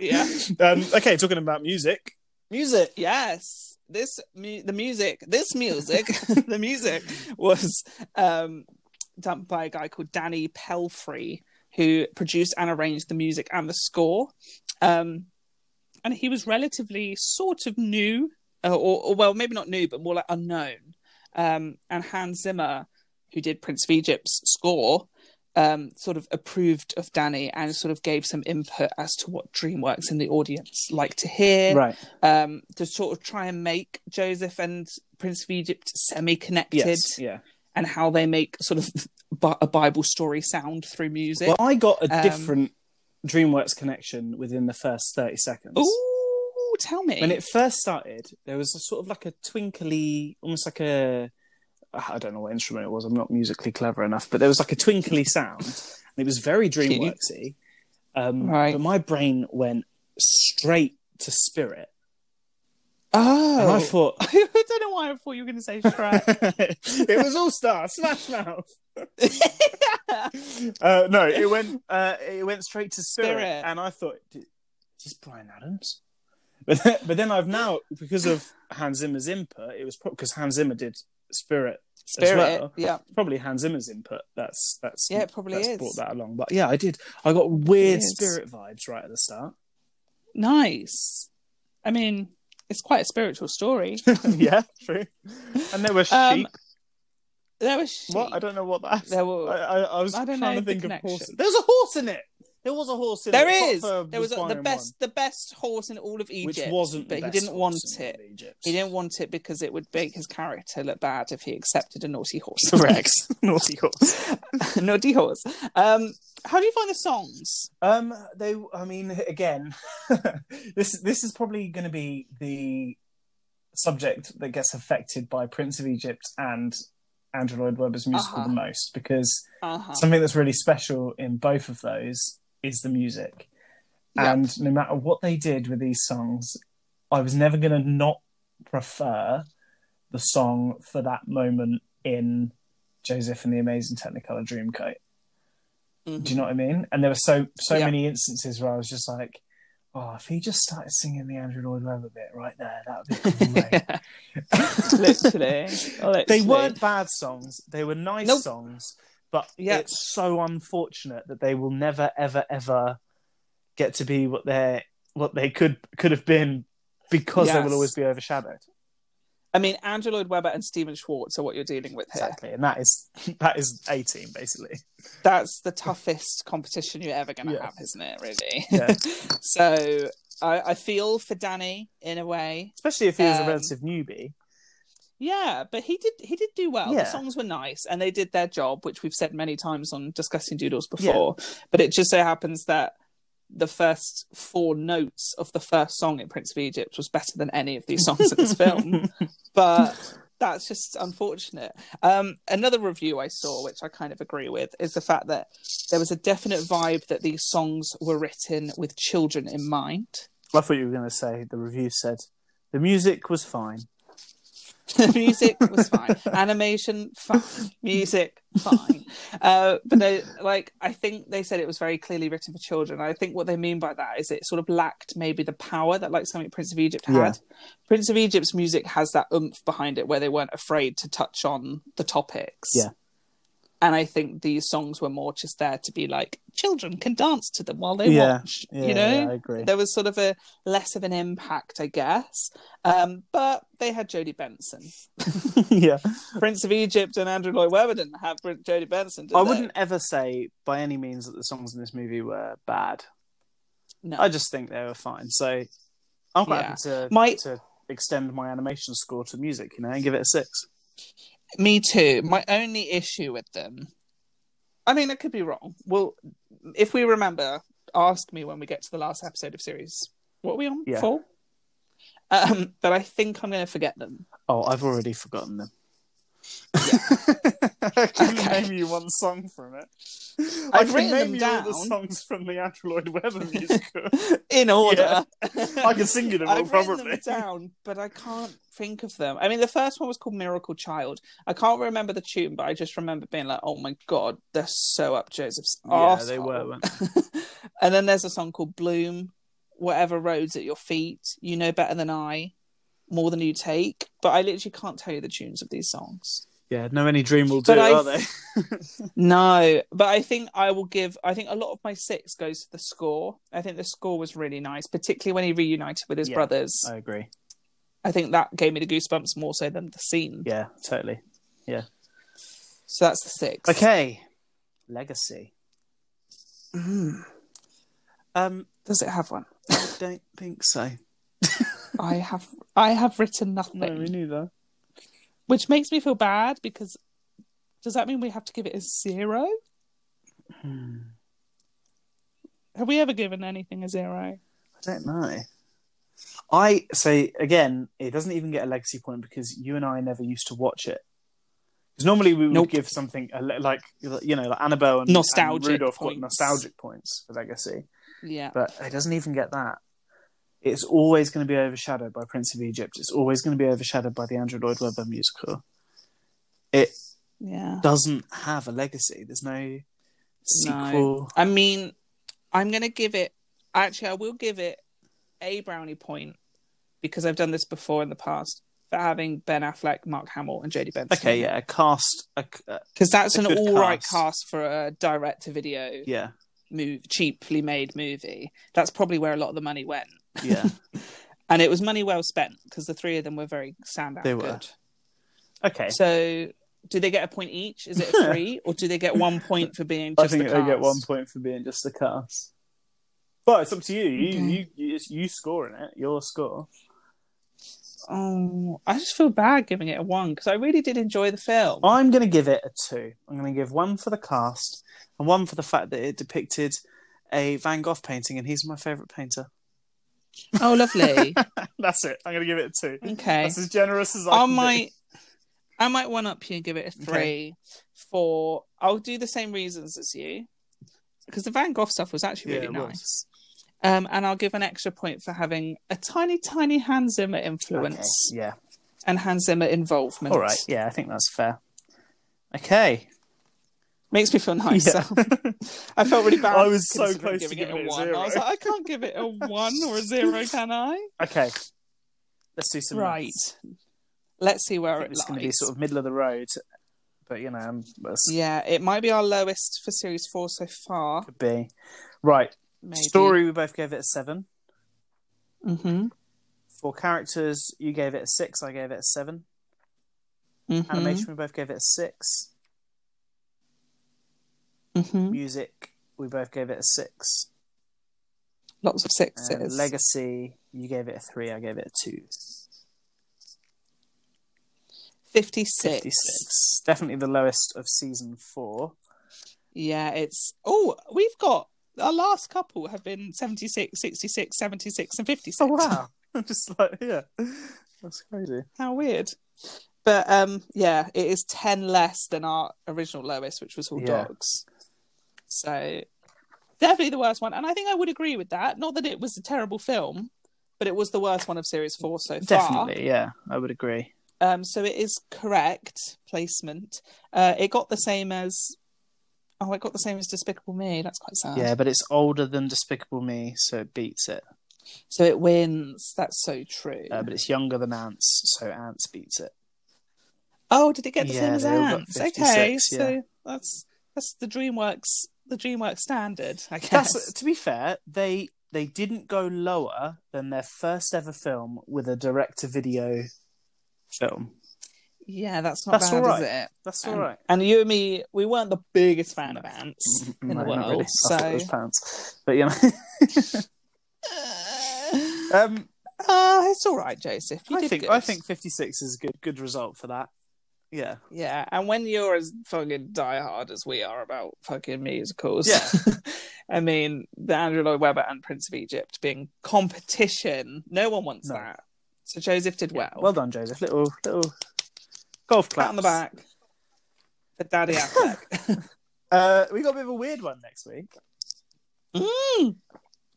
Speaker 1: Yeah.
Speaker 2: Um, okay, talking about music. Music.
Speaker 1: Yes. This mu- the music. This music. (laughs) the music was um, done by a guy called Danny Pelfrey, who produced and arranged the music and the score. Um, and he was relatively sort of new, uh, or, or well, maybe not new, but more like unknown. Um, and Hans Zimmer, who did Prince of Egypt's score, um, sort of approved of Danny and sort of gave some input as to what DreamWorks and the audience like to hear
Speaker 2: Right.
Speaker 1: um, to sort of try and make Joseph and Prince of Egypt semi connected
Speaker 2: Yes. Yeah.
Speaker 1: and how they make sort of bi- a Bible story sound through music.
Speaker 2: Well, I got a
Speaker 1: Um,
Speaker 2: different DreamWorks connection within the first thirty seconds.
Speaker 1: Ooh, tell me.
Speaker 2: When it first started, there was a sort of like a twinkly, almost like a I don't know what instrument it was. I'm not musically clever enough, but there was like a twinkly sound, and it was
Speaker 1: (laughs)
Speaker 2: very DreamWorksy. Um,
Speaker 1: Right.
Speaker 2: But my brain went straight to Spirit,
Speaker 1: (laughs) oh,
Speaker 2: and I thought
Speaker 1: (laughs)
Speaker 2: (laughs)
Speaker 1: I don't know why I thought you were going to say Shrek. (laughs)
Speaker 2: it was All Star Smash Mouth. Uh, no, it went uh, it went straight to Spirit,
Speaker 1: Spirit.
Speaker 2: and I thought, "D- is this Brian Adams? But then, but then I've now because of Hans Zimmer's input, it was because Hans Zimmer did Spirit
Speaker 1: Spirit.
Speaker 2: well.
Speaker 1: Yeah.
Speaker 2: probably Hans Zimmer's input. That's that's
Speaker 1: Yeah, it probably
Speaker 2: that's
Speaker 1: is.
Speaker 2: brought that along. But yeah, I did. I got weird
Speaker 1: It is.
Speaker 2: spirit vibes right at the start. (laughs)
Speaker 1: Nice. I mean, it's quite a spiritual
Speaker 2: (laughs)
Speaker 1: story.
Speaker 2: yeah, true. And there were sheep.
Speaker 1: Um, There was
Speaker 2: what I don't know what that.
Speaker 1: There were-
Speaker 2: (laughs) I, I, I was
Speaker 1: I don't
Speaker 2: trying
Speaker 1: know
Speaker 2: to
Speaker 1: the
Speaker 2: think of horse.
Speaker 1: connection.
Speaker 2: There's a horse in it. There was a horse in
Speaker 1: There
Speaker 2: it.
Speaker 1: is.
Speaker 2: Hotspur
Speaker 1: There was uh, the
Speaker 2: firing
Speaker 1: best, the best horse in all of
Speaker 2: one,
Speaker 1: Egypt,
Speaker 2: which wasn't,
Speaker 1: but
Speaker 2: the
Speaker 1: he
Speaker 2: best
Speaker 1: didn't want
Speaker 2: horse in
Speaker 1: it.
Speaker 2: all of Egypt.
Speaker 1: He didn't want it because it would make his character look bad if he accepted a naughty horse.
Speaker 2: (laughs) Correct.
Speaker 1: (laughs)
Speaker 2: Naughty horse.
Speaker 1: naughty horse. Um, how do you find the songs?
Speaker 2: Um, they. I mean, (laughs) again, this this is probably going to be the subject that gets affected by Prince of Egypt and Andrew Lloyd Webber's musical
Speaker 1: Uh-huh.
Speaker 2: the most because
Speaker 1: Uh-huh.
Speaker 2: something that's really special in both of those is the music.
Speaker 1: Yep.
Speaker 2: And no matter what they did with these songs, I was never going to not prefer the song for that moment in Joseph and the Amazing Technicolor Dreamcoat.
Speaker 1: Mhm.
Speaker 2: Do you know what I mean? And there were so so
Speaker 1: Yeah.
Speaker 2: many instances where I was just like, "Oh, if he just started singing the Andrew Lloyd Webber bit right there, that
Speaker 1: (laughs)
Speaker 2: would be great."
Speaker 1: Yeah. literally, Oh, literally.
Speaker 2: they weren't bad songs; they were nice
Speaker 1: Nope.
Speaker 2: songs. But
Speaker 1: Yeah.
Speaker 2: it's so unfortunate that they will never, ever, ever get to be what they are what they could could have been because they
Speaker 1: Yes.
Speaker 2: will always be overshadowed.
Speaker 1: I mean, Andrew Lloyd Webber and Stephen Schwartz are what you're dealing with here.
Speaker 2: Exactly, and that is (laughs) that is eighteen
Speaker 1: (laughs)
Speaker 2: basically.
Speaker 1: That's the toughest competition you're ever going to
Speaker 2: Yeah.
Speaker 1: have, isn't it? Really.
Speaker 2: Yeah.
Speaker 1: (laughs) so I, I feel for Danny in a way.
Speaker 2: Especially if he was
Speaker 1: Um,
Speaker 2: a relative newbie.
Speaker 1: Yeah, but he did he did do well. The
Speaker 2: Yeah.
Speaker 1: songs were nice and they did their job, which we've said many times on discussing doodles before. But it just so happens that the first four notes of the first song in Prince of Egypt was better than any of these songs in this film. But that's just unfortunate. Um, another review I saw, which I kind of agree with, is the fact that there was a definite vibe that these songs were written with children in mind.
Speaker 2: I thought you were going to say the review said the music was fine.
Speaker 1: The music was fine, animation fine, music fine. Uh, but they, like, I think they said it was very clearly written for children. I think what they mean by that is it sort of lacked maybe the power that like something Prince of Egypt had.
Speaker 2: Yeah.
Speaker 1: Prince of Egypt's music has that oomph behind it where they weren't afraid to touch on the topics.
Speaker 2: Yeah.
Speaker 1: And I think these songs were more just there to be like children can dance to them while they
Speaker 2: Yeah.
Speaker 1: watch.
Speaker 2: Yeah,
Speaker 1: you know,
Speaker 2: yeah, I agree.
Speaker 1: there was sort of a less of an impact, I guess. Um, but they had Jodie Benson,
Speaker 2: (laughs) yeah,
Speaker 1: (laughs) Prince of Egypt, and Andrew Lloyd Webber didn't have Br- Jodie Benson. Did
Speaker 2: I
Speaker 1: they?
Speaker 2: wouldn't ever say by any means that the songs in this movie were bad.
Speaker 1: No.
Speaker 2: I just think they were fine. So I'm quite
Speaker 1: Yeah.
Speaker 2: happy to
Speaker 1: My-
Speaker 2: to extend my animation score to music, you know, and give it a six.
Speaker 1: Me too. My only issue with them, I mean, I could be wrong. Well, if we remember, ask me when we get to the last episode of series. What are we on
Speaker 2: Yeah.
Speaker 1: for? Um, but I think I'm going to forget them.
Speaker 2: Oh, I've already forgotten them. (laughs) I can
Speaker 1: Okay.
Speaker 2: name you one song from it.
Speaker 1: I've
Speaker 2: can
Speaker 1: written
Speaker 2: name
Speaker 1: them
Speaker 2: you all the
Speaker 1: down.
Speaker 2: songs from the Andrew
Speaker 1: (laughs)
Speaker 2: Lloyd Webber musical.
Speaker 1: In order, (laughs)
Speaker 2: I can sing you them all,
Speaker 1: I've written
Speaker 2: probably.
Speaker 1: them down, but I can't think of them. I mean, the first one was called Miracle Child. I can't remember the tune, but I just remember being like, "Oh my god, they're so up Joseph's
Speaker 2: Yeah,
Speaker 1: arsehole.
Speaker 2: they were. Weren't
Speaker 1: (laughs) and then there's a song called Bloom, Whatever Roads at Your Feet, You Know Better Than I, More Than You Take. But I literally can't tell you the tunes of these songs. (laughs)
Speaker 2: Yeah, no any dream will do,
Speaker 1: But I-
Speaker 2: are they?
Speaker 1: No, but I think I will give, I think a lot of my six goes to the score. I think the score was really nice, particularly when he reunited with his
Speaker 2: Yeah.
Speaker 1: brothers.
Speaker 2: I agree.
Speaker 1: I think that gave me the goosebumps more so than the scene.
Speaker 2: Yeah, totally.
Speaker 1: So that's the six.
Speaker 2: Okay. Legacy.
Speaker 1: Mm.
Speaker 2: Um,
Speaker 1: Does it have one?
Speaker 2: I don't think so.
Speaker 1: I have, I have
Speaker 2: (laughs)
Speaker 1: written nothing,
Speaker 2: neither.
Speaker 1: which makes me feel bad because does that mean we have to give it a zero?
Speaker 2: Hmm.
Speaker 1: Have we ever given anything a zero?
Speaker 2: I don't know. I so again, it doesn't even get a legacy point because you and I never used to watch it. Because normally we would
Speaker 1: Nope.
Speaker 2: give something a le- like you know, like Annabelle and
Speaker 1: Nostalgic
Speaker 2: and Rudolph
Speaker 1: points.
Speaker 2: got nostalgic points for legacy,
Speaker 1: Yeah.
Speaker 2: but it doesn't even get that. It's always going to be overshadowed by Prince of Egypt. It's always going to be overshadowed by the Andrew Lloyd Webber musical. It
Speaker 1: Yeah.
Speaker 2: doesn't have a legacy. There's no sequel.
Speaker 1: I mean, I'm going to give it, actually, I will give it a brownie point because I've done this before in the past for having Ben Affleck, Mark Hamill, and Jodie Benson.
Speaker 2: Okay, yeah, a cast. A, uh, a,
Speaker 1: Because that's
Speaker 2: a
Speaker 1: an
Speaker 2: good
Speaker 1: all right
Speaker 2: cast.
Speaker 1: cast for a direct to video
Speaker 2: yeah,
Speaker 1: move, cheaply made movie. That's probably where a lot of the money went. (laughs)
Speaker 2: yeah.
Speaker 1: And it was money well spent because the three of them were very sound out.
Speaker 2: They were.
Speaker 1: good.
Speaker 2: Okay,
Speaker 1: So do they get a point each? Is
Speaker 2: (laughs)
Speaker 1: it a three, or do they get one point for being?
Speaker 2: I
Speaker 1: Just
Speaker 2: think
Speaker 1: the
Speaker 2: they
Speaker 1: cast?
Speaker 2: get one point for being just a cast. But it's up to you. You
Speaker 1: Okay.
Speaker 2: you you, it's you scoring it. Your score.
Speaker 1: Oh, I just feel bad giving it a one because I really did enjoy the film.
Speaker 2: I'm going to give it a two. I'm going to give one for the cast and one for the fact that it depicted a Van Gogh painting, and he's my favourite painter.
Speaker 1: Oh, (laughs) lovely.
Speaker 2: (laughs) That's it. I'm going to give it a two.
Speaker 1: okay,
Speaker 2: That's as generous as I
Speaker 1: I
Speaker 2: can
Speaker 1: might, I might one up you and give it a three. For I'll do the same reasons as you because the Van Gogh stuff was
Speaker 2: do.
Speaker 1: actually really
Speaker 2: it was.
Speaker 1: nice. Um, and I'll give an extra point for having a tiny, tiny Hans Zimmer influence
Speaker 2: Okay, Yeah.
Speaker 1: and Hans Zimmer involvement.
Speaker 2: All right. Yeah, I think that's fair. Okay.
Speaker 1: Makes me
Speaker 2: (laughs)
Speaker 1: feel nice. (laughs)
Speaker 2: Yeah.
Speaker 1: I felt really bad.
Speaker 2: I was so
Speaker 1: considering
Speaker 2: close to giving it a
Speaker 1: one.
Speaker 2: zero.
Speaker 1: I was like, I can't give it a one or a zero, can I?
Speaker 2: Okay. Let's do some.
Speaker 1: right.
Speaker 2: maths.
Speaker 1: Let's see
Speaker 2: I
Speaker 1: where
Speaker 2: think
Speaker 1: it
Speaker 2: It's
Speaker 1: lies.
Speaker 2: going to be sort of middle of the road, but you know, um, that's-
Speaker 1: Yeah, it might be our lowest for series four so far.
Speaker 2: could be. Right.
Speaker 1: Maybe.
Speaker 2: Story. We both gave it a seven.
Speaker 1: hmm
Speaker 2: For characters, you gave it a six. I gave it a seven.
Speaker 1: mm-hmm,
Speaker 2: Animation, we both gave it a six.
Speaker 1: mm-hmm.
Speaker 2: Mm-hmm. Music, we both gave it a six.
Speaker 1: Lots of
Speaker 2: Um,
Speaker 1: sixes.
Speaker 2: legacy, you gave it a three. I gave it a two.
Speaker 1: 56.
Speaker 2: Fifty-six. Definitely the lowest of season four.
Speaker 1: Yeah, it's. Oh, we've got. Our last couple have been 76, 66, 76, and 56.
Speaker 2: Oh, (laughs) I'm just like, yeah, that's crazy.
Speaker 1: How weird. But um, yeah, it is 10 less than our original lowest, which was all
Speaker 2: Yeah.
Speaker 1: dogs. So definitely the worst one. And I think I would agree with that. Not that it was a terrible film, but it was the worst one of series four so far.
Speaker 2: Definitely, yeah, I would agree.
Speaker 1: Um, so it is correct placement. Uh, it got the same as. Oh, it got the same as Despicable Me. That's quite sad.
Speaker 2: Yeah, but it's older than Despicable Me, so it beats it.
Speaker 1: So it wins. That's so true.
Speaker 2: Uh, but it's younger than Ants, so Ants beats it.
Speaker 1: Oh, did it get the
Speaker 2: Yeah,
Speaker 1: same as
Speaker 2: they all got
Speaker 1: ants? Okay,
Speaker 2: 56, yeah.
Speaker 1: so that's that's the DreamWorks the DreamWorks standard, I guess.
Speaker 2: That's to be fair, they they didn't go lower than their first ever film with a direct to video film.
Speaker 1: yeah, that's not
Speaker 2: That's
Speaker 1: bad,
Speaker 2: all right.
Speaker 1: is it?
Speaker 2: That's
Speaker 1: Um,
Speaker 2: all (laughs) right.
Speaker 1: And you and me, we weren't the biggest fan of ants in the
Speaker 2: Mm-hmm. No,
Speaker 1: world,
Speaker 2: not really. (laughs) I thought it
Speaker 1: so (laughs)
Speaker 2: was pants, but you know, um,
Speaker 1: uh, it's all right, Joseph. You
Speaker 2: (laughs) I
Speaker 1: did
Speaker 2: think
Speaker 1: good.
Speaker 2: I think fifty six is a good good result for that. Yeah,
Speaker 1: yeah. And when you're as fucking diehard as we are about fucking musicals,
Speaker 2: Yeah.
Speaker 1: (laughs) I mean, the Andrew Lloyd Webber and Prince of Egypt being competition, no one wants
Speaker 2: No.
Speaker 1: that. So Joseph did well.
Speaker 2: well done, Joseph. Little little golf clap
Speaker 1: pat on the back for Daddy
Speaker 2: (laughs)
Speaker 1: Affleck.
Speaker 2: Uh, we got a bit of a weird one next week. (laughs)
Speaker 1: Mm.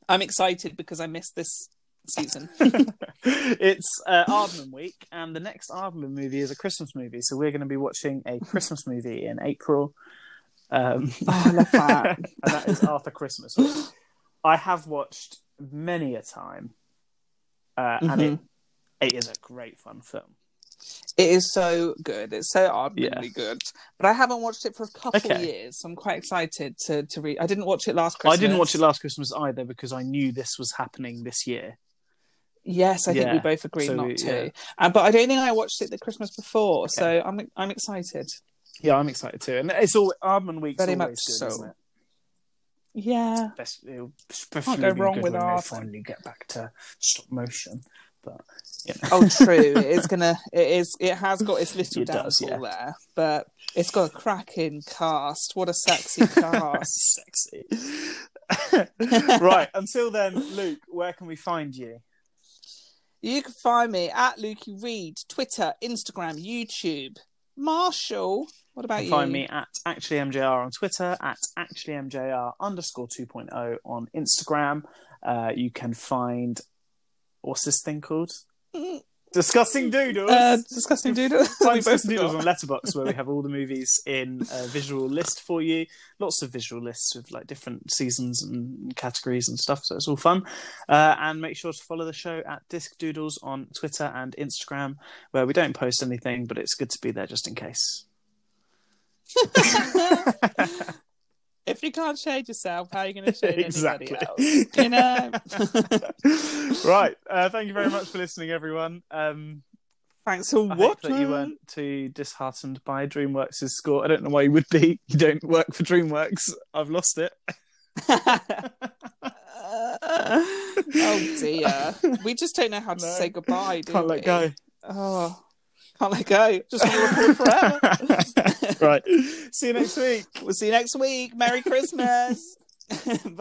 Speaker 1: I'm excited because I missed this
Speaker 2: (laughs)
Speaker 1: season.
Speaker 2: Oh, it's uh, Aardman week, and the next Aardman movie is a Christmas movie. So we're going to be watching a Christmas movie in April. Um,
Speaker 1: Oh, I love that.
Speaker 2: and that is Arthur Christmas. which I have watched many a time, uh, and it, it is a great fun film.
Speaker 1: It is so good. It's so
Speaker 2: Yeah.
Speaker 1: ardently good. But I haven't watched it for a couple
Speaker 2: Okay.
Speaker 1: years, so I'm quite excited to to read. I didn't watch it last Christmas.
Speaker 2: I didn't watch it last Christmas either because I knew this was happening this year.
Speaker 1: Yes, I think we
Speaker 2: Yeah.
Speaker 1: both agreed
Speaker 2: So
Speaker 1: not
Speaker 2: we-
Speaker 1: to.
Speaker 2: yeah.
Speaker 1: Uh, but I don't think I watched it the Christmas before, so I'm I'm excited.
Speaker 2: Yeah, I'm excited too, and it's all Aardman week's
Speaker 1: Very
Speaker 2: always
Speaker 1: much
Speaker 2: good,
Speaker 1: so.
Speaker 2: isn't it?
Speaker 1: Yeah.
Speaker 2: best. It'll
Speaker 1: Can't go wrong with
Speaker 2: when they
Speaker 1: art.
Speaker 2: finally get back to stop motion, but you know.
Speaker 1: Oh,
Speaker 2: (laughs)
Speaker 1: true. It's gonna. It is. It has got its little
Speaker 2: It
Speaker 1: downfall
Speaker 2: does,
Speaker 1: there, but it's got a cracking cast. What a
Speaker 2: (laughs)
Speaker 1: sexy cast!
Speaker 2: Ah, sexy. (laughs) right. Until then, Luke, where can we find you?
Speaker 1: you can find me at Lukey Reed, Twitter, Instagram, YouTube. Marshall, what about
Speaker 2: you
Speaker 1: you?
Speaker 2: can find me at actuallymjr on Twitter, at actuallymjr underscore 2.0 on Instagram. Uh, you can find what's this thing called?
Speaker 1: Mm.
Speaker 2: Disgusting Doodles.
Speaker 1: Uh, disgusting doodle.
Speaker 2: (laughs) Find
Speaker 1: (laughs) We both
Speaker 2: Disgusting Doodles
Speaker 1: forgot.
Speaker 2: on Letterbox, where we have all the movies in a visual list for you. Lots of visual lists with like different seasons and categories and stuff, so it's all fun. Uh, and make sure to follow the show at Disc Doodles on Twitter and Instagram, where we don't post anything, but it's good to be there just in case. (laughs)
Speaker 1: if you can't shade yourself, how are you going to shade
Speaker 2: Exactly.
Speaker 1: anybody else? You
Speaker 2: (laughs)
Speaker 1: know.
Speaker 2: right. Uh, thank you very much for listening, everyone. Um,
Speaker 1: (laughs) Thanks for
Speaker 2: I
Speaker 1: what? um,
Speaker 2: hope that you weren't (laughs) too disheartened by DreamWorks' score. I don't know why you would be. (laughs) You don't work for DreamWorks. I've lost it.
Speaker 1: (laughs) oh dear. We just don't know how to
Speaker 2: No.
Speaker 1: say goodbye, do
Speaker 2: (laughs) Can't
Speaker 1: we?
Speaker 2: let go.
Speaker 1: Oh, can't let go. Just want to record forever. (laughs)
Speaker 2: right. (laughs) See you next week. (laughs)
Speaker 1: We'll see you next week. Merry Christmas.